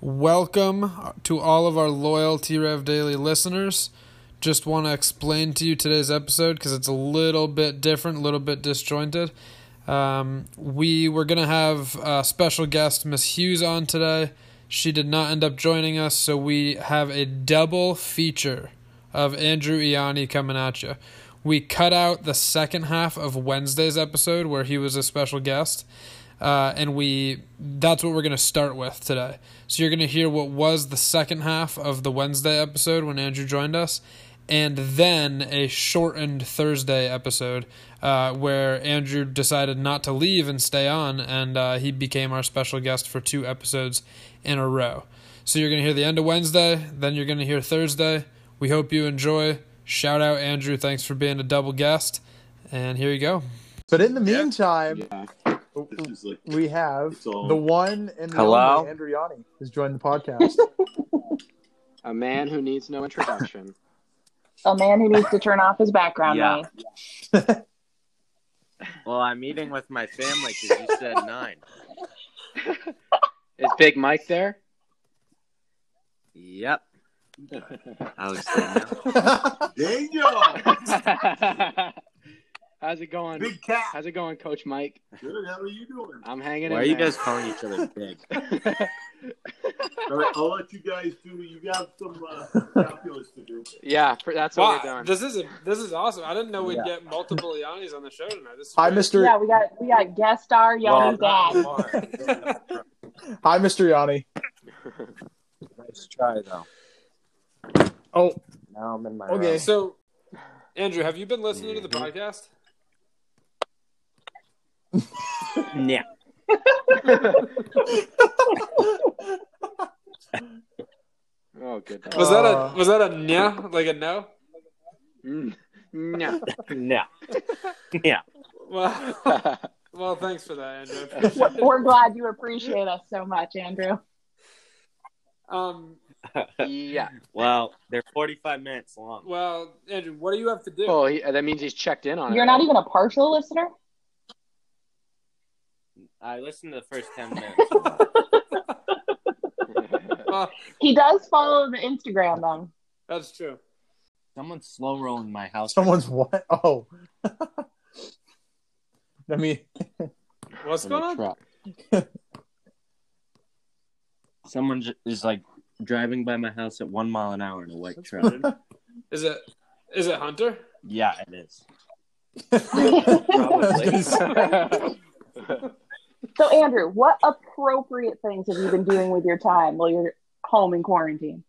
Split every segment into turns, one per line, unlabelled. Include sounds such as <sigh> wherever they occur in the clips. Welcome to all of our loyal T Rev Daily listeners. Just want to explain to you today's episode because it's a little bit different, a little bit disjointed. Um, we were going to have a special guest, Miss Hughes, on today. She did not end up joining us, so we have a double feature of Andrew Ianni coming at you. We cut out the second half of Wednesday's episode where he was a special guest, uh, and we that's what we're going to start with today. So you're going to hear what was the second half of the Wednesday episode when Andrew joined us, and then a shortened Thursday episode uh, where Andrew decided not to leave and stay on, and uh, he became our special guest for two episodes in a row. So you're going to hear the end of Wednesday, then you're going to hear Thursday. We hope you enjoy. Shout out Andrew, thanks for being a double guest. And here you go.
But in the meantime,
Yeah, this is like
we have
It's all-
the one and the
Hello?
only Andriani has joined the
<laughs>
podcast.
A man who needs no introduction.
A man who needs to turn off his background
Yeah.
noise.
Well, I'm eating with my family because you said nine.
<laughs> Is Big Mike there?
<laughs> Yep. I was saying no.
Daniel,
How's it going?
big <laughs> cat.
How's it going, Coach Mike?
Good. How are you doing?
I'm hanging
Why are
in
you
there.
guys calling each other big?
All right, I'll let you guys do. You got some uh, calculus to do.
<laughs> yeah, pr- that's what we're doing.
this is this is awesome. I didn't know
we'd
we'd
Yeah.
get multiple Yannis on the show tonight. This <laughs>
Hi, Mr.
Yeah, we got we got guest star Yoni
Wow.
Dad.
<laughs>
Hi, Mr. Yanni.
Nice try though.
Oh,
Now I'm in my
Okay.
room.
So, Andrew, have you been listening to the podcast?
Yeah.
Oh, good.
Was that
Uh.
a was that a yeah like a no?
Mm. No.
Yeah.
Well, <laughs> well, thanks for that, Andrew. I appreciate
We're,
it.
we're glad you appreciate us so much, Andrew.
Um,
yeah.
Well, they're 45 minutes long.
well, Andrew, what do you have to do?
Well, he, that means he's checked in on it.
You're not even a partial listener.
I listened to the first 10
<laughs>
minutes.
Well,
He does follow the Instagram though.
that's true.
Someone's slow rolling my house.
someone's what? Oh. <laughs> I mean,
What's going on?
Someone j- is like driving by my house at one mile an hour in a white truck.
<laughs>
Is it is it Hunter?
yeah, it is.
Probably.
<laughs> So Andrew, what appropriate things have you been doing with your time while you're home in quarantine?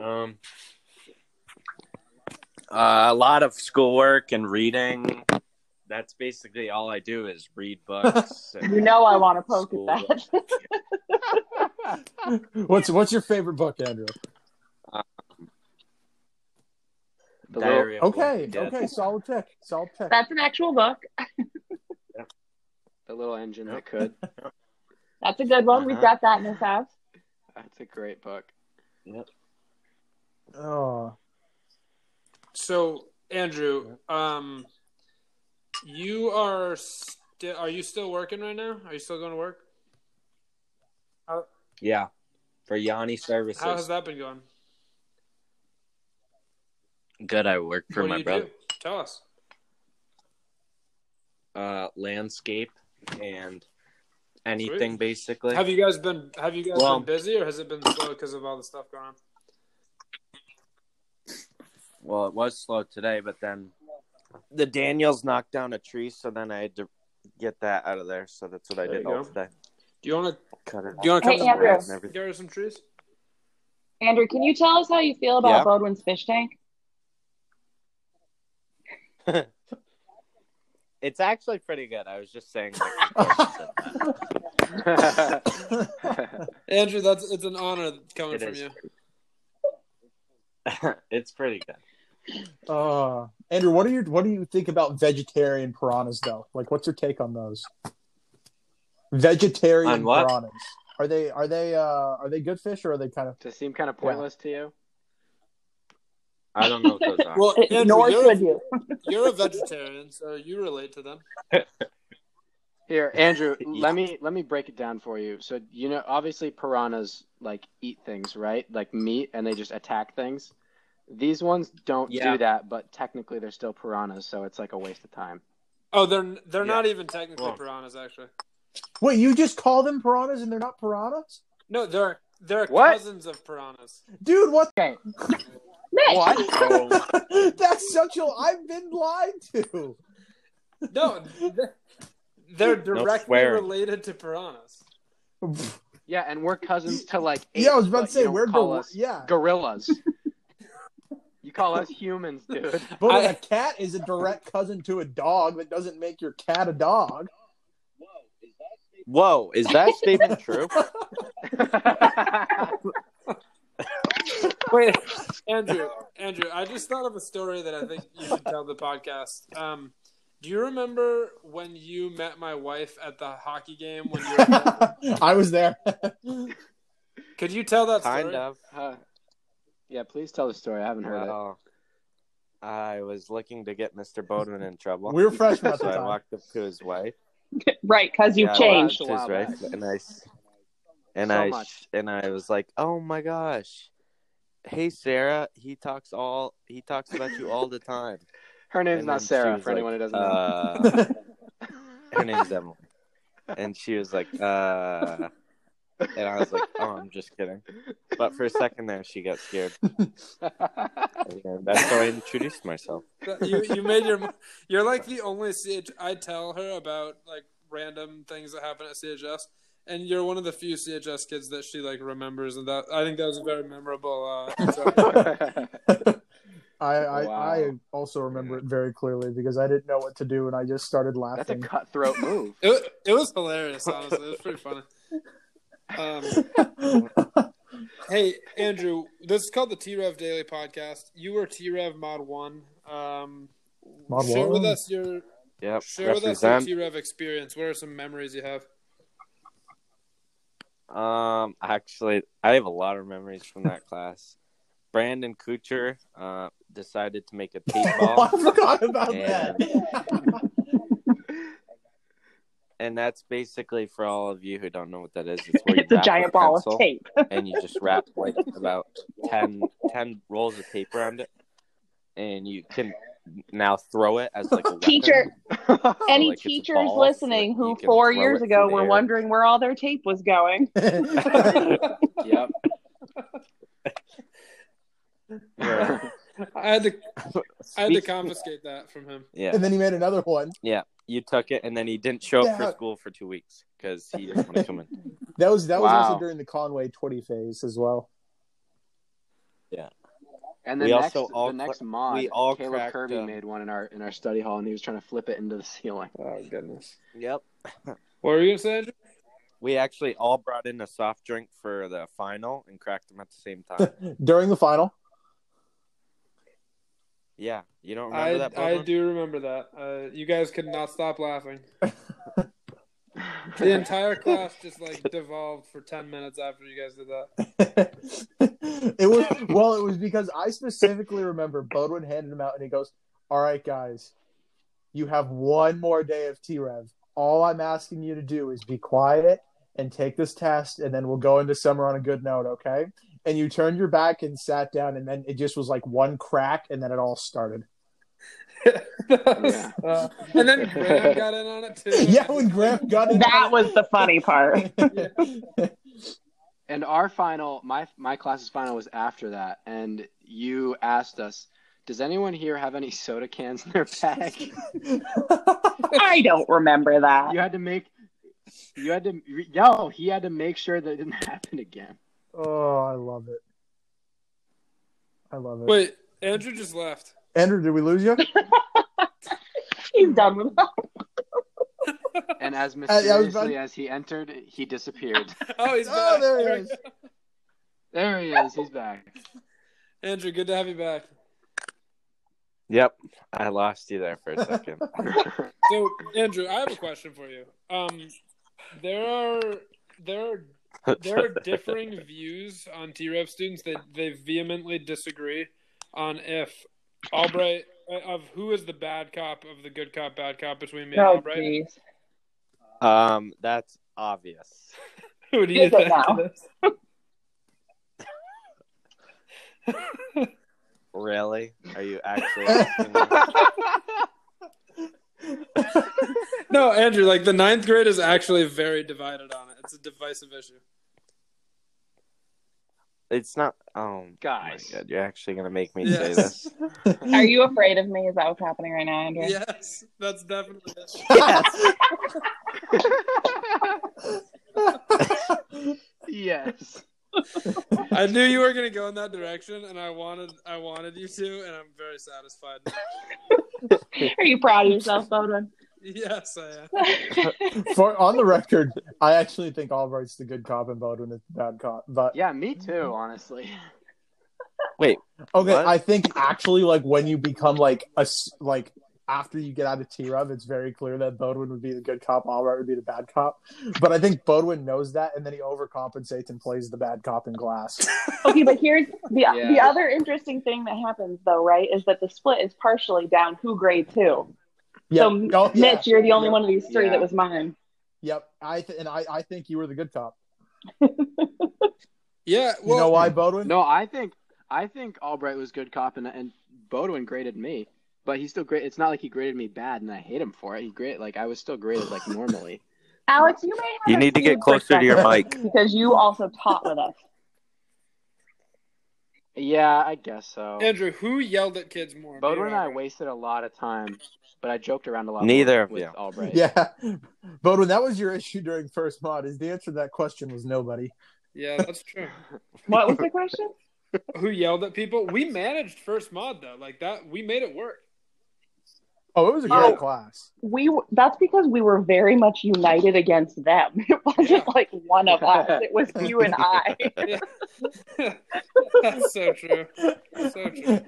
Um, uh, a lot of schoolwork and reading. That's basically all I do is read
<laughs>
books. and-
You know I want to poke
School.
at that. <laughs>
what's what's your favorite book, Andrew?
The
Diary of
Okay,
One Dead.
okay, solid pick, solid pick.
That's an actual book.
the little engine that could.
That's a good
Uh-huh.
one. We've got that in this house.
That's a great book.
Oh,
So, Andrew, um, you are sti- are you still working right now? Are you still going to work?
Yeah, for Yanni services.
How has that been going?
Good. I work for
what do
my
you
brother.
do? Tell us.
Uh, landscape and anything basically.
Have you guys been Have you guys
Well-
been busy, or has it been slow because of all the stuff going on?
well, it was slow today, but then the Daniels knocked down a tree, so then I had to get that out of there. So that's what I
There
did
you
all
go.
today.
Do you want to
Cut it.
Do you want to come
Hey,
to the
Andrew.
break and
Everything.
get rid of some trees?
Andrew, can you tell us how you feel about
Yeah.
Bodwin's fish tank?
It's actually pretty good. I was just saying. Like,
<laughs> Andrew, that's it's an honor coming
It
from
is.
you.
<laughs> it's pretty good.
uh, Andrew, what do you what do you think about vegetarian piranhas though? Like, what's your take on those? Vegetarian
On what?
piranhas are they are they uh, are they good fish or are they kind of
Does it seem kind of pointless to you?
I don't know what
<laughs>
those are.
Well, Andrew,
Nor
you're,
should
a,
you.
you're a vegetarian, so you relate to them.
Here,
<laughs>
Andrew, let me let me break it down for you. So you know, obviously piranhas like eat things, right? Like meat, and they just attack things. These ones don't
Yeah.
do that, but technically they're still piranhas, so it's like a waste of time.
Oh, they're they're not even technically
Well.
piranhas, actually.
Wait, you just call them piranhas and they're not piranhas?
No, they're they're
What?
cousins of piranhas.
Dude, what?
Okay.
Nick,
Oh,
<laughs> That's such a. I've been lied to.
No, they're- they're directly
swearing.
related to piranhas.
Yeah, and we're cousins to like apes,
yeah, I was about
but
to say
you don't
we're
call
gor-
us
yeah,
gorillas.
<laughs>
you call us humans,
<laughs>
dude. <laughs>
but
I-
a cat is a direct cousin to a dog. That doesn't make your cat a dog. <laughs>
Whoa, is
<laughs>
that statement true?
Wait, Andrew, Andrew, I just thought of a story that I think you should tell the podcast. Um, do you remember when you met my wife at the hockey game? When you
<laughs>
were,
I was there.
could you tell that story?
kind of.
Uh, yeah, please tell the story. I haven't heard it.
Well, I was looking to get Mr. Bowden in trouble.
We were freshmen at
so
the
I
time.
walked up to his wife.
right? Because you've
Yeah, I
changed.
walked up to his wife, and I s- and
So
I
much.
sh- and I was like, "Oh my gosh, hey Sarah, he talks all he talks about you all the time."
Her name's
And then
not
she
Sarah.
was
For anyone who doesn't know, <laughs>
Uh, her name's Emily, and she was like, "Uh," and I was like, "Oh, I'm just kidding." But for a second there, she got scared, uh, and that's how I introduced myself.
That- you you made your you're like the only CH I tell her about like random things that happen at CHS, and you're one of the few CHS kids that she like remembers, and that I think that was a very memorable. Uh, so,
<laughs>
I, I,
Wow.
I also remember it very clearly because I didn't know what to do and I just started
<laughs> that's
<laughs>
a
laughing.
cutthroat move.
it wa- it was hilarious, honestly. It was pretty funny. Um,
<laughs>
hey Andrew, this is called the T Rev Daily Podcast. You were T Rev Mod One. Um,
Mod
share with
one?
us your
Yep,
share with us your
represent.
T Rev experience. What are some memories you have?
Um, actually, I have a lot of memories from that class. Brandon Kuchar uh, decided to make a
Oh, I
<laughs>
paintball,
forgot about
<laughs>
Yeah.
that.
and that's basically for all of you who don't know what that is. It's, where you
<laughs> It's a
wrap
giant ball
pencil
of tape.
and you just wrap like about 10, 10 rolls of tape around it, and you can now throw it as like a weapon.
Teacher,
<laughs>
any
like, it's a
teachers
ball, so
listening
you
who
can
four
throw
years
it
ago
through the
were
air.
wondering where all their tape was going.
yep.
Yeah.
I had to I had to
Speak-
confiscate that from him.
yeah,
and then he made another one.
you took it, and then he didn't show up for
Yeah.
school for two weeks because he didn't want to come in.
That was that was
Wow.
also during the Conway twenty phase as well.
<laughs> And the
We
next,
also all
the next mod,
we all
Caleb
cracked,
Kirby
uh,
made one in our in our study hall, and he was trying to flip it into
<laughs>
the ceiling.
Oh goodness.
Yep.
What were you gonna say? Andrew?
We actually all brought in a soft drink for the final and cracked them at the same time.
<laughs> During the final,
yeah, you don't remember
I
that?
I
Bowman?
do remember that. Uh, you guys could not stop
<laughs>
laughing. The entire class just
<laughs>
like devolved for ten minutes after you guys did that.
<laughs> it was well, it was because I specifically remember Bodwin handed him out and he goes, "All right, guys, you have one more day of T Rev. All I'm asking you to do is be quiet and take this test, and then we'll go into summer on a good note, okay?" And you turned your back and sat down, and then it just was like one crack, and then it all started. <laughs>
Yeah.
<laughs> Uh, and then Graham got in on it too.
<laughs> yeah, when Graham got in,
<laughs> That was the funny part.
And our final, my my class's final was after that, and you asked us, "Does anyone here have any soda cans in their bag?"
<laughs>
<laughs>
I don't remember that.
you had to make, you had to, yo, he had to make sure that it didn't happen again.
<laughs> Oh, I love it. I love it.
Wait, Andrew just left.
Andrew, did we lose you?
He's done with that.
And as
<laughs> I was about-
mysteriously as he entered,
<laughs>
he disappeared.
Oh, he's
Oh,
back.
there
There we <laughs>
he is.
go.
there he is. He's back.
Andrew, good to have you back.
Yep, I lost you there for a second.
So, Andrew, I have a question for you. Um, there are there are <laughs> there
<laughs>
are
<laughs>
differing views on T Rev students. They they vehemently disagree on if Albright uh,
<laughs>
of who is the bad cop of the good cop bad cop between me and
Oh,
Albright.
jeez.
Um, that's obvious.
Who do
you Is it think now?
Really? Are you
<laughs>
actually? asking me?
<laughs>
Oh,
No, Andrew, like the ninth grade is actually very divided on it. It's a divisive issue.
It's not. Um,
Guys.
my God, you're actually gonna make me say
Yes.
this.
<laughs> Are you afraid of me? Is that what's happening right now, Andrew?
Yes, that's definitely it.
yes.
I knew you were gonna go in that direction, and I wanted, I wanted you to, and I'm very satisfied. Now.
Are you proud of <laughs> yourself, Bowden?
<laughs>
Yes, I am.
<laughs> For on the record, I actually think Albright's the good cop and Baldwin is the bad cop. But
<laughs> Yeah, me too, <laughs> honestly.
okay,
What?
I think actually, like when you become like a s- like after you get out of T Rev, it's very clear that Bodwin would be the good cop, Albright would be the bad cop. But I think Bodwin knows that, and then he overcompensates and plays the bad cop in Glass.
okay, but here's the the
Yeah.
other interesting thing that happens though, right? Is that the split is partially down who grade two.
Yep.
So
Oh, yeah.
Mitch, you're the only
Yep.
one of these three
Yeah.
that was mine.
Yep, I th- and I, I think you were the good cop.
Yeah,
You
well,
know why, Bodwin?
No, I think I think Albright was good cop and and Bodwin graded me, but he still great. It's not like he graded me bad, and I hate him for it. He great like I was still graded like normally.
Alex, you may have
You
a
need to get
skewed
closer to your mic.
perspective because you also taught with us.
<laughs> yeah, I guess so.
Andrew, who yelled at kids more? me or
Bodwin and I
Albright?
wasted a lot of time, but I joked around a lot.
Neither
more
of
with
you.
Albright.
Yeah, <laughs> Bodwin, that was your issue during first mod. Is the answer to that question was nobody.
Yeah, that's true.
What was the question?
who yelled at people? We managed first mod though, like that. We made it work. <laughs>
Oh, it was a great
Oh.
class.
We w- that's because we were very much united against them. <laughs> It wasn't
Yeah.
like one of us.
<laughs>
It was you and I.
That's so true. So true.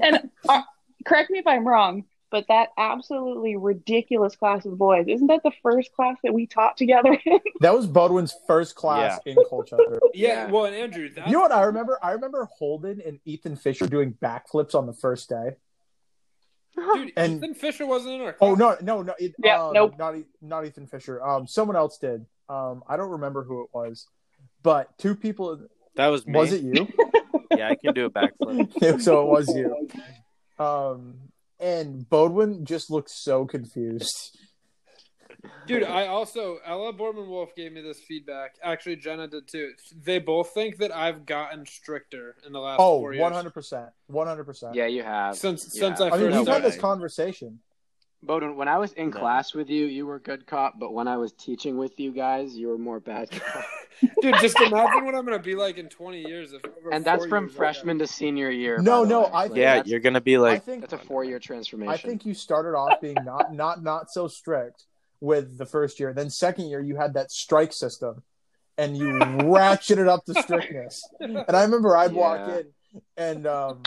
and uh, correct me if I'm wrong, but that absolutely ridiculous class of boys isn't that the first class that we taught together?
That was Bodwin's first class in Colchester.
Yeah,
Yeah.
well, and Andrew, that's
You know what I remember? I remember Holden and Ethan Fisher doing backflips on the first day.
dude,
and-
Ethan Fisher wasn't in our. Class.
Oh no, no, no! It,
Yeah,
um,
nope.
Not E- not Ethan Fisher. Um, someone else did. Um, I don't remember who it was, but two people.
That was me.
Was it you? <laughs>
Yeah, I can do a backflip.
so it was
<laughs>
you. Um, and Bodwin just looked so confused.
Dude, I also Ella Borman Wolf gave me this feedback. Actually, Jenna did too. They both think that I've gotten stricter in the last
Oh,
four years.
100 percent, one hundred percent.
<laughs> Yeah, you have.
Since
you
since
have.
I
I
first
mean, we've had
started.
this conversation.
Bowden, when I was in
No.
class with you, you were good cop, but when I was teaching with you guys, you were more bad cop.
Dude, just imagine what I'm gonna be like in 20 years. If over
and that's
four
from
years I got-
freshman to senior year.
No,
by the
no,
way.
I-
Like,
Yeah,
that's,
you're gonna be
I
like,
think
that's a four-year transformation.
I think you started off being not not not so strict with the first year. Then second year you had that strike system and you ratcheted up the strictness. And I remember I'd walk
Yeah.
in and um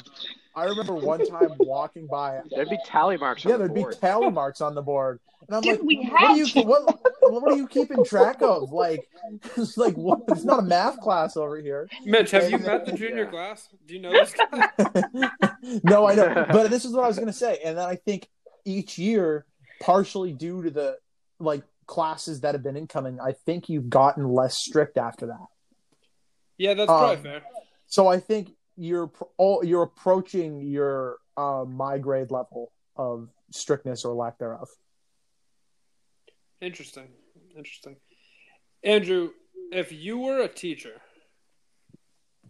I remember one time walking by
there'd be tally marks
yeah,
on the
there'd be
board.
tally marks on the board. And I'm
Dude,
like
we
what are
had
you
to.
what what are you keeping track of? Like <laughs> it's like what it's not a math class over here.
Mitch, have
<laughs>
you met the junior
Yeah.
class? Do you know this? guy? <laughs>
<laughs> no, I know. But this is what I was gonna say, and then I think each year, partially due to the like classes that have been incoming, I think you've gotten less strict after that.
yeah, that's
Um,
probably fair.
So I think you're pr- all, you're approaching your uh, my grade level of strictness or lack thereof. <laughs>
Interesting. Interesting. Andrew, if you were a teacher,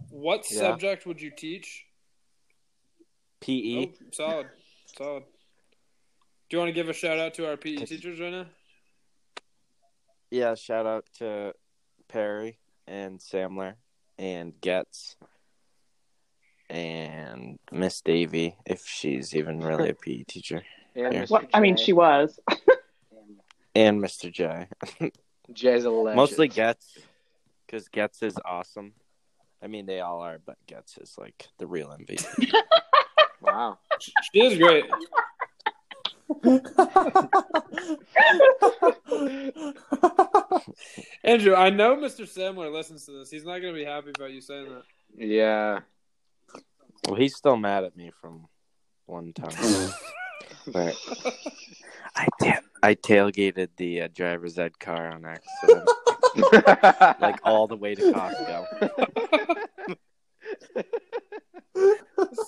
what
Yeah.
subject would you teach?
PE. E?
E.
Oh, solid. Solid. Do you want to give a shout out to our PE teachers right now?
Yeah, shout out to Perry and Samler and Getz and Miss Davy, if she's even really a PE teacher,
And
Yeah.
Mr.
Well, I mean,
J.
she was.
and Mr. J.
Jay's a legend.
Mostly Getz, because Getz is awesome. I mean, they all are, but Getz is like the real MVP.
Wow.
She is great. Andrew, I know Mr. Samler listens to this. He's not going to be happy about you saying that.
Yeah.
well, he's still mad at me from one time.
<laughs>
But I ta- I tailgated the uh, driver's ed car on accident, <laughs>
<laughs>
like all the way to Costco.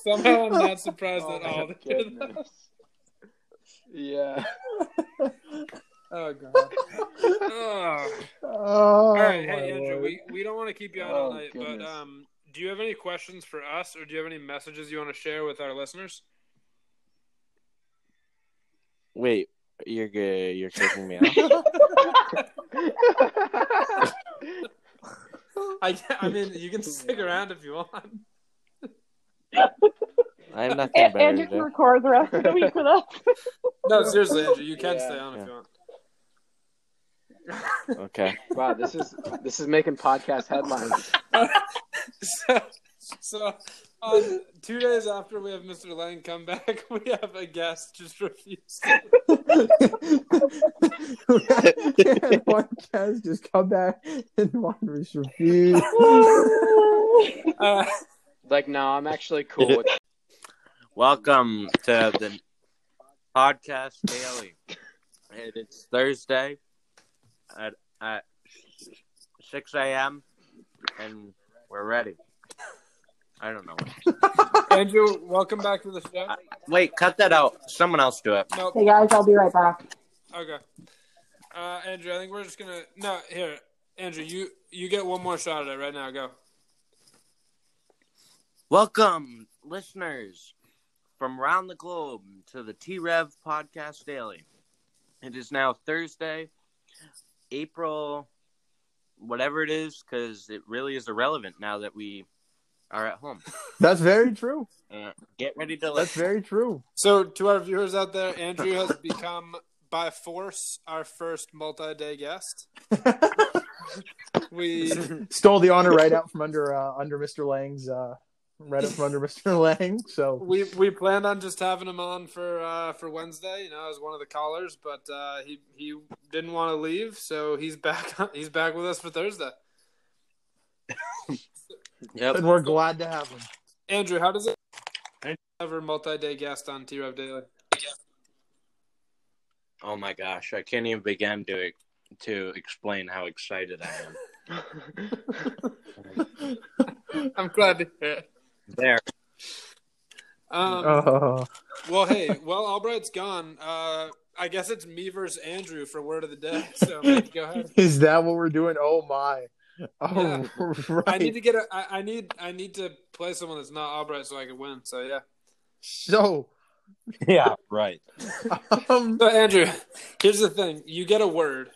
Somehow I'm
<laughs>
not surprised
Oh,
at <laughs>
my
all.
goodness. yeah.
<laughs>
oh
<laughs>
god. Ugh.
Oh,
All right,
my
hey Andrew,
Lord.
we, we don't want to keep you out
Oh,
all night, but
goodness.
um, do you have any questions for us, or do you have any messages you want to share with our listeners?
Wait, you're good. You're kicking me out.
<laughs> I, I mean, you
<laughs>
can stick around if you want.
I have nothing
And,
better
and
to
you can
do.
record the rest of the
<laughs>
week with us. <laughs>
No, seriously, Andrew, you can
Yeah.
stay on if
Yeah.
you want.
Okay.
Wow, this is this is making podcast headlines.
so, <laughs> so on two days after we have Mr. Lang come back, <laughs> we have a guest just refuse. to-
and one has just come back and one was refused.
Uh,
Like, no, I'm actually cool
<laughs>
with
Welcome to the podcast daily. And it's Thursday at, at 6 a.m. and we're ready. I don't know.
Andrew, welcome back to the show.
Wait, cut that out. Someone else do it.
Nope.
hey guys, I'll be right back.
Okay. Uh, Andrew, I think we're just gonna. No, here, Andrew, you you get one more shot at it right now. Go.
Welcome, listeners from around the globe, to the T Rev Podcast Daily. It is now Thursday, April, whatever it is, because it really is irrelevant now that we are at home.
That's very true.
Get ready to
That's <laughs>
listen.
very true.
So, to our viewers out there, Andrew
<laughs>
has become by force our first multi-day guest. We
Stole the honor right out from under uh, under Mr. Lang's uh, right out from under Mr. Lang. So
we we planned on just having him on for uh, for Wednesday, you know, as one of the callers, but uh, he he didn't want to leave, so he's back <laughs> he's back with us for Thursday.
Yep.
and we're glad to have him.
Andrew, how does it ever multi-day guest on T Rev Daily?
Oh my gosh, I can't even begin to to explain how excited I am.
I'm glad to hear it.
There.
Um,
Oh. <laughs>
Well, hey, well, Albright's gone. Uh, I guess it's me versus Andrew for word of the day. So Mike, go ahead.
Is that what we're doing? Oh my! Oh,
Yeah.
right.
I need to get a. I, I need. I need to play someone that's not Albright so I can win. So yeah.
So,
Yeah, right.
<laughs> um,
So Andrew, <laughs> here's the thing: you get a word,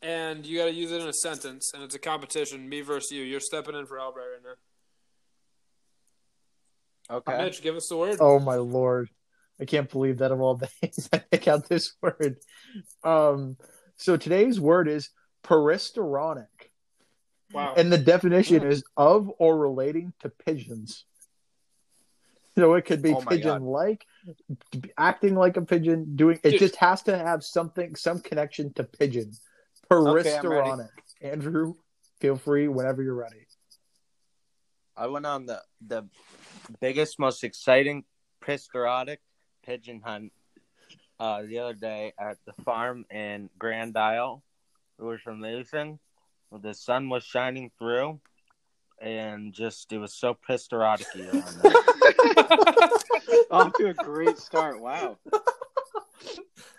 and you got to use it in a sentence, and it's a competition. Me versus you. You're stepping in for Albright right now.
Okay.
Mitch, give us the word.
oh my lord, I can't believe that of all <laughs> days I pick out this word. Um, so today's word is peristoronic,
Wow.
and the definition
Hmm.
is of or relating to pigeons. So it could be
Oh my God.
pigeon-like, acting like a pigeon, doing it
Dude.
just has to have something, some connection to pigeon. Peristoronic, Andrew. Feel free whenever you're ready. <laughs>
I went on the the biggest, most exciting pistoratic pigeon hunt uh, the other day at the farm in Grand Isle. It was amazing. The sun was shining through, and just it was so pistoratic.
off to a great start. Wow.
<laughs>
<laughs>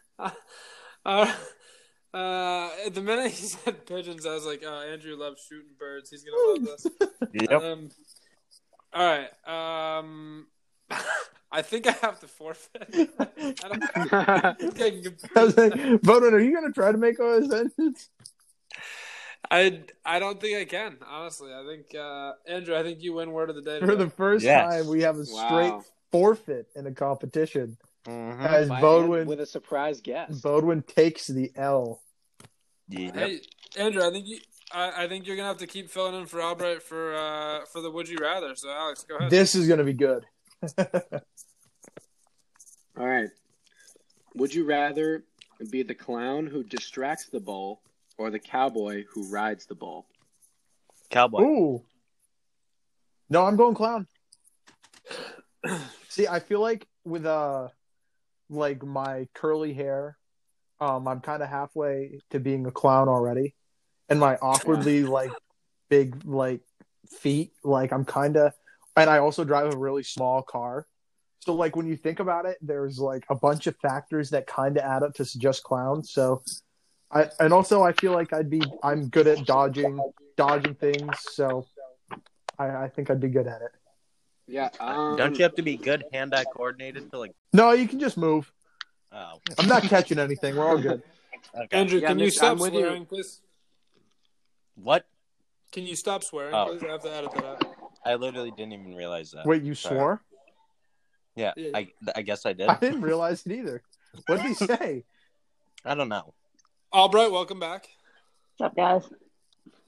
Uh, uh, the minute he <laughs> said pigeons, I was like, "Oh, Andrew loves shooting birds. He's gonna
<laughs>
love this."
yep.
Um, all right. Um, <laughs> I think I have to forfeit. I don't think I, can
I
complete
was like, Bowden, are you gonna try to make all a sentence?
I I don't think I can. Honestly, I think uh, Andrew. I think you win word of the day.
For
today.
the first
Yes.
time, we have a straight
Wow.
forfeit in a competition
Mhm.
as
By
Bodwin
hand with a surprise guest.
Bodwin takes the L.
Yep.
Hey, Andrew. I think you. I, I think you're gonna have to keep filling in for Albright for uh, for the Would You Rather. So Alex, go ahead.
This is gonna be good.
All right. Would you rather be the clown who distracts the bull or the cowboy who rides the bull?
Cowboy.
Ooh. No, I'm going clown. See, I feel like with uh like my curly hair. Um, I'm kind of halfway to being a clown already, and my awkwardly like big like feet. Like I'm kind of, and I also drive a really small car. So like when you think about it, there's like a bunch of factors that kind of add up to suggest clown. So, I and also I feel like I'd be I'm good at dodging dodging things. So, I, I think I'd be good at it.
Yeah. Um,
Don't you have to be good hand-eye coordinated to like?
No, you can just move.
Oh,
I'm not catching anything. We're all good.
okay.
Andrew,
Yeah,
can you
Mitch,
stop
I'm with you.
swearing, please?
What?
Can you stop swearing,
Oh.
please? I have to edit that out.
I literally didn't even realize that.
Wait, you
Sorry.
swore?
Yeah,
Yeah.
I I guess I did.
<laughs> I didn't realize it either. What did he say?
I don't know.
Albright, welcome back.
What's up, guys?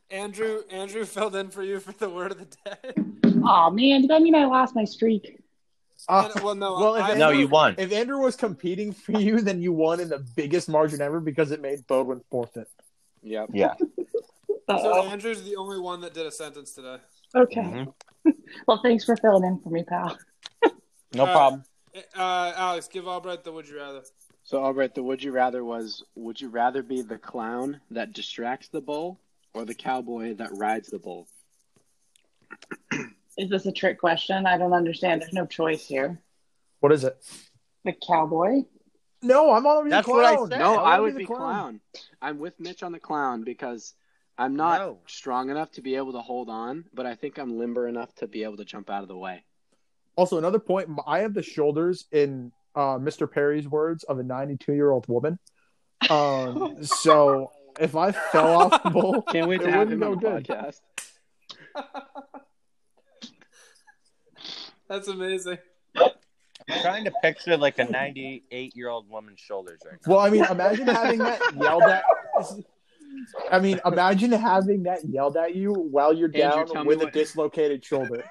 Andrew, Andrew filled in for you for the word of the day.
Oh man, did that mean I lost my streak?
Uh,
And- well, no,
well, if
I-
Andrew-
No, you won.
if Andrew was competing for you, then you won in the biggest margin ever because it made Bodwin forfeit.
Yep.
So
Uh-oh.
Andrew's the only one that did a sentence today.
Okay.
Mhm.
Well, thanks for filling in for me, pal.
No
Uh,
problem.
Uh, Alex, give Albright the would you rather.
So Albert, the would you rather was would you rather be the clown that distracts the bull or the cowboy that rides the bull?
Is this a trick question? I don't understand. There's no choice here.
What is it?
The cowboy?
No, I'm already
That's
the
what I
clown.
said.
No,
Yeah,
I
wanna
would
the
be clown. I'm with Mitch on the clown because I'm not
No.
strong enough to be able to hold on, but I think I'm limber enough to be able to jump out of the way.
Also, another point. I have the shoulders, in uh, Mr. Perry's words, of a 92 year old woman.
<laughs>
Um, so if I fell off the bull,
Can't wait
It
to have
wouldn't
him on the
go good.
<laughs> podcast.
That's amazing.
I'm trying to picture like a 98 year old woman's shoulders right now.
Well, I mean, imagine having that yelled at. I mean, imagine having that yelled at you while you're
Andrew,
down
tell me
with a
what-
dislocated shoulder.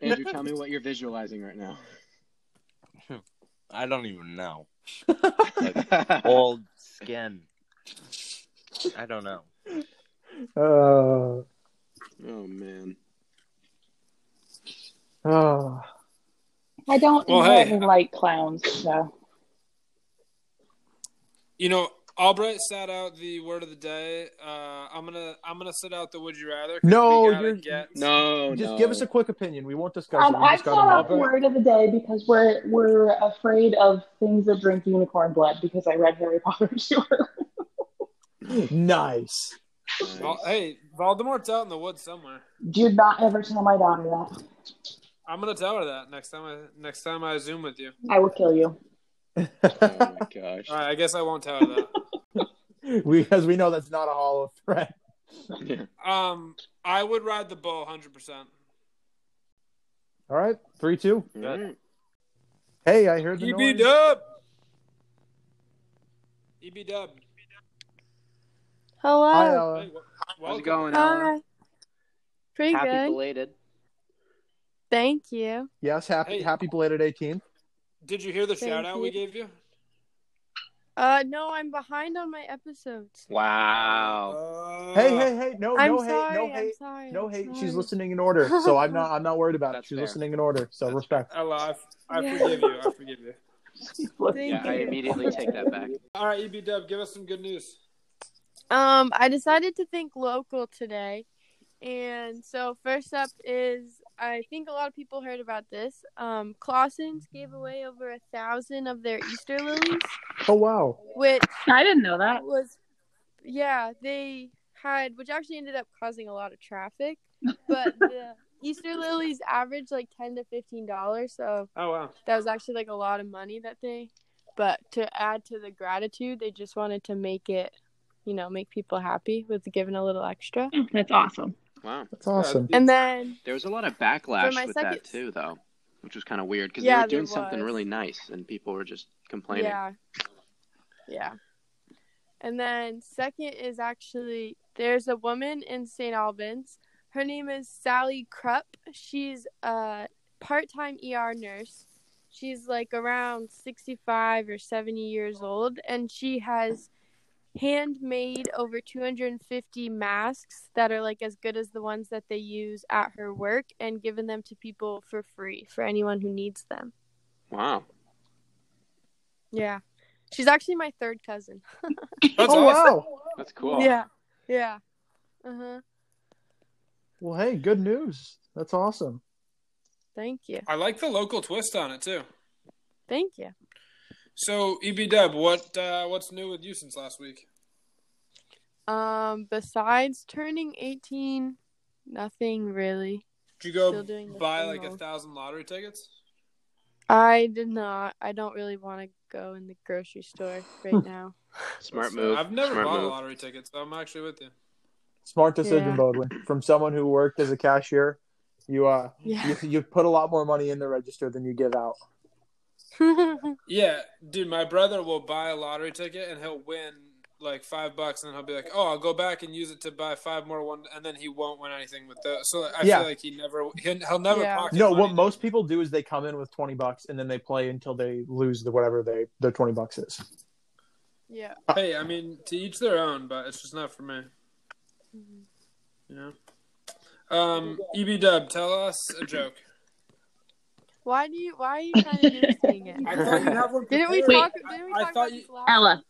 Andrew, tell me what you're visualizing right now.
I don't even know. Old skin. I don't know.
<laughs> Uh,
<laughs> oh man.
uh,
I don't
Well, hey.
really like clowns, so
You know, Albright sat out the word of the day. Uh, I'm gonna I'm gonna sit out the would you rather. 'cause
No,
we gotta
you're-
get-
No,
just
Oh, no.
give us a quick opinion. We won't discuss
um,
it. We
I
just
thought out
gotta
the
know.
word of the day because we're we're afraid of things that drink unicorn blood because I read Harry Potter <laughs> to her.
<gasps>
<laughs>
Nice. <laughs>
Nice.
Vol- hey, Voldemort's out in the woods somewhere.
Did not ever tell my daughter that.
I'm gonna tell her that next time I next time I zoom with you.
I will kill you.
Oh my gosh.
All right, I guess I won't tell her that.
<laughs> we, as we know, that's not a hollow threat.
<laughs> Yeah.
Um, I would ride the bull 100. percent
All right, three, two.
All right.
Hey, I heard the
EB
noise.
E Dub. EB Dub.
Hello.
I, uh,
Hey, wel-
How's it
welcome.
going, Alan?
Hi. Pretty
Happy
good.
belated.
Thank you.
yes, happy
Hey.
happy belated 18th.
Did you hear the
Thank
shout out we
you.
gave you?
Uh, no, I'm behind on my episodes.
Wow.
Uh,
Hey, hey, hey! No,
I'm
Oh, no
sorry.
hate, no
I'm
hate,
sorry.
no
I'm
hate.
sorry.
She's listening in order, so I'm not I'm not worried about
That's
it. She's
fair.
listening in order, so
That's
respect.
Ella, I, f- I
Yeah.
forgive you. I forgive you.
Thank
Yeah, I
you. <laughs>
immediately take that back.
<laughs> All right, EB Dub, give us some good news.
Um, I decided to think local today, and so first up is I think a lot of people heard about this. Um, Clausen's gave away over a thousand of their Easter lilies,
Oh wow!
which
I didn't know that.
was yeah they had which actually ended up causing a lot of traffic
<laughs>
but the easter lilies average like 10 to 15 dollars so
Oh wow.
that was actually like a lot of money that they but to add to the gratitude they just wanted to make it you know make people happy with giving a little extra
That's awesome.
Wow.
That's awesome.
Yeah,
and then
There was a lot of backlash
my
with
second-
that too, though, which was kind of weird because they
Yeah,
were
there
doing something
was.
really nice and people were just complaining.
yeah yeah and then second is actually there's a woman in st albans her name is Sally Krupp. She's a part time ER nurse. She's like around 65 or 70 years old, and she has handmade over 250 masks that are like as good as the ones that they use at her work and given them to people for free for anyone who needs them.
Wow.
Yeah. She's actually my third cousin.
That's
oh
awesome.
wow!
That's cool.
Yeah. Yeah. Uh huh.
Well, hey, good news. That's awesome.
Thank you.
I like the local twist on it too.
Thank you.
So, EB Dub, what uh, what's new with you since last week?
Um, besides turning 18, nothing really.
Did you go
Still doing the
buy
same
like a
old.
thousand lottery tickets?
I did not. I don't really want to go in the grocery store right now.
Smart
So,
move.
I've never
Smart
bought
move.
lottery tickets, so I'm actually with you.
Smart decision,
Yeah.
Bodwin. From someone who worked as a cashier, you uh,
Yeah.
you, you put a lot more money in the register than you give out.
Yeah, dude, my brother will buy a lottery ticket and he'll win like five bucks, and then he'll be like, "Oh, I'll go back and use it to buy five more one," and then he won't win anything with those. So I
Yeah.
feel like he never he'll, he'll never
Yeah.
pocket.
No,
money.
what most people do is they come in with twenty bucks and then they play until they lose the whatever they their twenty bucks <laughs> is.
<laughs> yeah.
Hey, I mean, to each their own, but it's just not for me. You know. Um, EB Dub, tell us a joke.
Why do you? Why are you kind of noticing it?
I thought you had one.
<laughs> Didn't we
prepared.
talk? Didn't we
I
talk
thought
about
you-
this last?
Ella,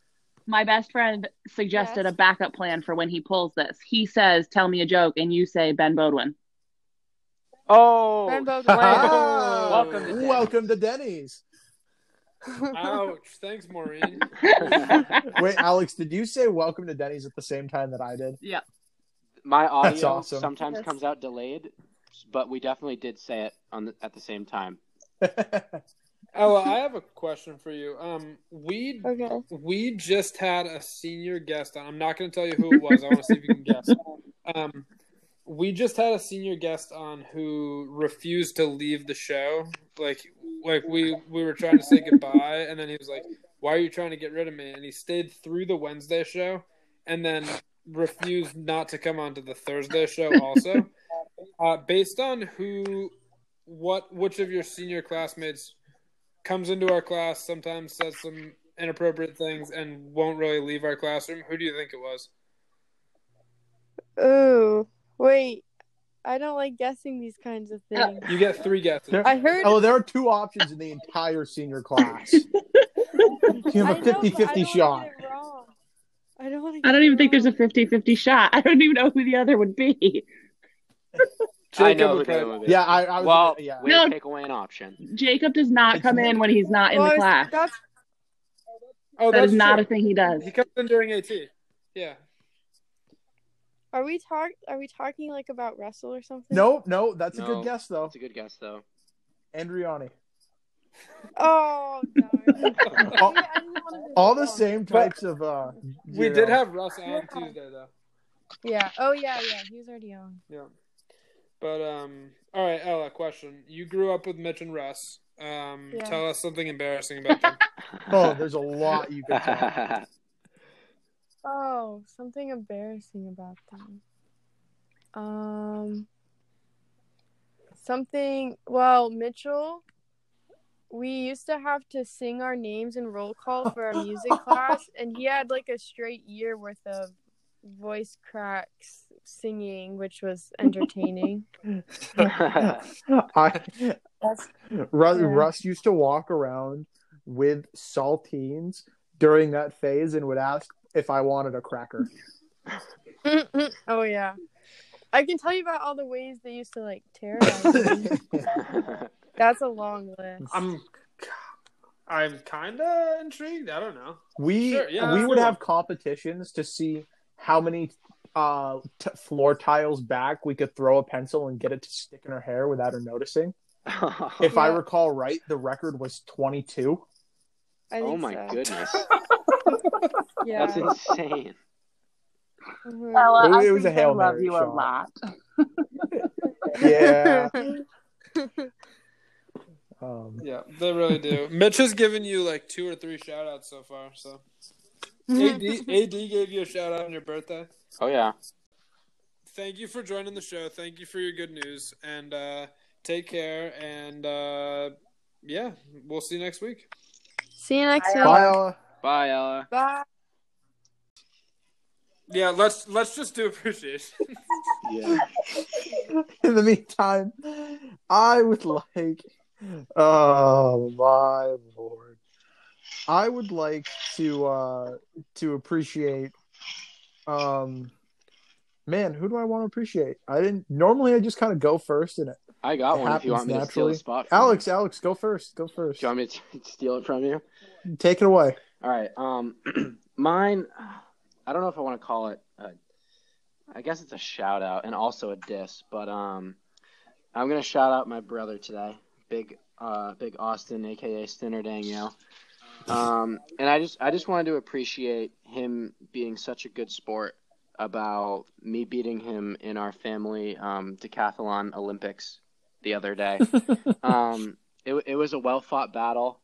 my best friend suggested
Yes.
a backup plan for when he pulls this. He says, "Tell me a joke," and you say, "Ben Bodwin."
Oh, <laughs>
<laughs>
Ben Bowden.
slam. Welcome to
Welcome to Denny's. <laughs>
Ouch! Thanks, Maureen.
Wait, Alex, did you say welcome to Denny's at the same time that I did?
My
That's
audio
awesome.
sometimes
Yes.
comes out delayed, but we definitely did say it on the, at the same time.
<laughs>
Ella, I have a question for you. Um, we
Okay.
we just had a senior guest on. I'm not going to tell you who it was. I want to see if you can guess. Um, we just had a senior guest on who refused to leave the show. Like, like we we were trying to say goodbye, and then he was like, "Why are you trying to get rid of me?" And he stayed through the Wednesday show, and then refused not to come on to the Thursday show. Also, uh, based on who, what, which of your senior classmates comes into our class sometimes says some inappropriate things and won't really leave our classroom. Who do you think it was?
Ooh. Wait. I don't like guessing these kinds of things.
You get three guesses.
There-
I heard.
oh, there are two options in the entire senior class. You
I
have a
know, but I
50 50
don't wanna
shot.
get it wrong. I don't want to.
I don't even think there's a 50-50 shot. <laughs> I don't even know who the other would be.
I know
would
who the
probably-
other one is.
Yeah, I, I was.
well,
yeah.
we
No.
take away an option.
Jacob does not
It's
come
me.
in when he's not in
Well,
the
I was-
class.
That's
Oh,
that
that's
is not
true.
a thing he does.
He comes in during AT. <laughs> Yeah.
Are we talk? Are we talking like about Russell or something?
No, no, that's a
No.
good guess, though.
That's a good guess, <laughs> though.
Andriani.
Oh
<laughs>
darn. See, I didn't wanna do
All the
Russell.
same types of. uh
We
you
did
know.
have Russ on
Yeah.
Tuesday though.
Yeah. Oh yeah, yeah. He was already on.
Yeah. But um all right, Ella, question. You grew up with Mitch and Russ. Um
Yeah.
tell us something embarrassing about them.
Oh, there's a lot you could tell.
Oh, something embarrassing about them. Um, something. Well, Mitchell, we used to have to sing our names in roll call for our music class, and he had like a straight year worth of voice cracks singing, which was entertaining.
I, Russ,
Yeah.
Russ used to walk around with saltines during that phase and would ask if I wanted a cracker.
oh yeah, I can tell you about all the ways they used to like terrorize. me. That's a long list.
I'm I'm kinda intrigued. I don't know.
We
Sure, yeah,
we
that's
would
cool.
have competitions to see how many uh, t- floor tiles back we could throw a pencil and get it to stick in her hair without her noticing. If I
Yeah.
recall right, the record was 22.
I
<laughs>
think
oh my
so.
goodness,
Yeah.
that's insane.
Mhm.
Ella,
It
I
was
think
a Hail
they love
Mary
you a
shot.
lot.
<laughs> Yeah. Um,
Yeah, they really do. Mitch has given you like two or three shout outs so far, so
Mm-hmm.
AD, AD gave you a shout out on your birthday.
Oh yeah.
Thank you for joining the show. Thank you for your good news. And uh, take care. And uh, yeah, we'll see you next week.
See you next
bye,
time.
Ella.
Bye, Ella.
Bye.
Yeah, let's let's just do <laughs> appreciation.
Yeah.
<laughs> in the meantime, I would like. Oh my lord! I would like to uh to appreciate um man, who do I want to appreciate? I didn't normally I just kind of go first in it.
I got
It
one. If
happens
you want me to steal
naturally.
a spot, from
Alex,
you.
Alex, go first. Go
do
first.
you want me to <laughs> steal it from you?
Take it away.
All right. Um, <clears throat> mine. I don't know if I want to call it. A, I guess it's a shout out and also a diss, but um, I'm gonna shout out my brother today, big uh, big Austin, aka Stinner Danielle. Um, and I just I just wanted to appreciate him being such a good sport about me beating him in our family um, decathlon Olympics the other day. um, it it was a well fought battle.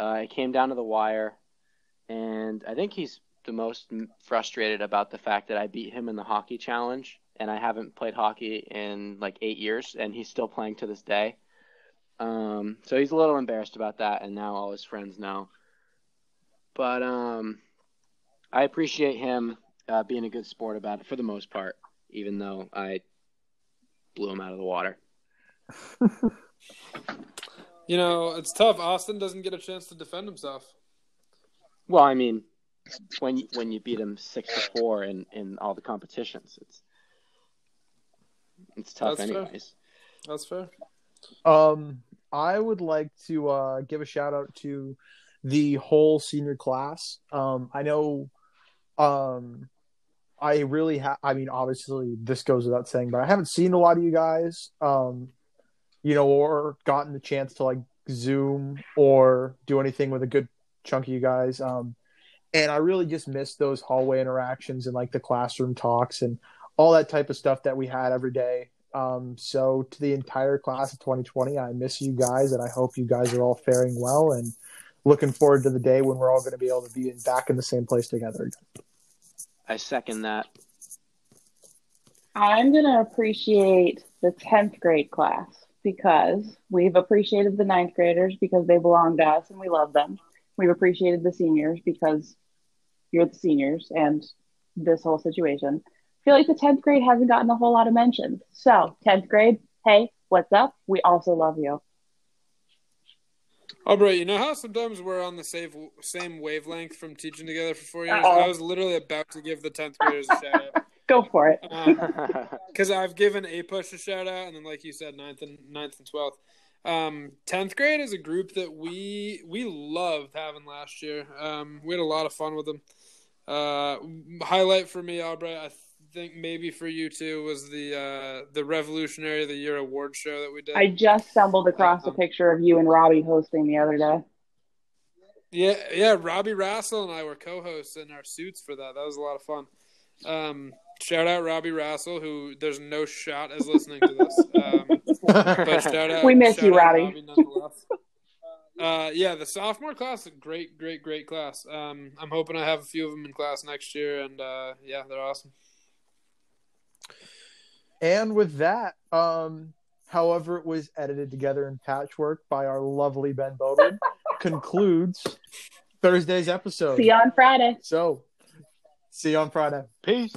Uh, it came down to the wire and I think he's the most m- frustrated about the fact that I beat him in the hockey challenge, and I haven't played hockey in like eight years, and he's still playing to this day. Um, so he's a little embarrassed about that, and now all his friends know. But um, I appreciate him uh, being a good sport about it for the most part, even though I blew him out of the water.
You know, it's tough. Austin doesn't get a chance to defend himself.
Well, I mean, when you, when you beat him six to four in, in all the competitions, it's it's tough,
That's fair.
anyways.
That's fair.
Um, I would like to uh, give a shout out to the whole senior class. Um, I know, um, I really have. I mean, obviously, this goes without saying, but I haven't seen a lot of you guys. Um, you know, or gotten the chance to like Zoom or do anything with a good chunk of you guys. Um, and I really just miss those hallway interactions and like the classroom talks and all that type of stuff that we had every day. Um, so to the entire class of 2020, I miss you guys, and I hope you guys are all faring well. And looking forward to the day when we're all going to be able to be in, back in the same place together. again.
I second that.
I'm going to appreciate the 10th grade class because we've appreciated the ninth graders because they belong to us and we love them. We've appreciated the seniors because you're the seniors and this whole situation. I feel like the 10th grade hasn't gotten a whole lot of mentions. So, 10th grade, hey, what's up? We also love you.
Oh, bro, you know how sometimes we're on the same same wavelength from teaching together for four years.
Uh-oh.
I was literally about to give the tenth graders a Um, shout out
Go for it.
<laughs>
because I've given A push a shout out, and then like you said, ninth and ninth and twelfth. Um, tenth grade is a group that we we loved having last year. Um, we had a lot of fun with them. Uh, highlight for me, Aubrey, I think maybe for you too, was the uh, the Revolutionary of the Year award show that we did.
I just stumbled across a picture of you and Robbie hosting the other day.
Yeah, yeah. Robbie Rassel and I were co-hosts in our suits for that. That was a lot of fun. Um, shout out Robbie Rassel, who there's no shot is listening to this. Um, <laughs> but shout out,
We miss
shout
you,
out
Robbie.
nonetheless. <laughs> Uh, yeah, the sophomore class, is a great, great, great class. Um, I'm hoping I have a few of them in class next year, and uh, yeah, they're awesome.
And with that, um, however, it was edited together in patchwork by our lovely Ben <laughs> Bowden, concludes Thursday's episode.
See you on Friday.
So, see you on Friday.
Peace.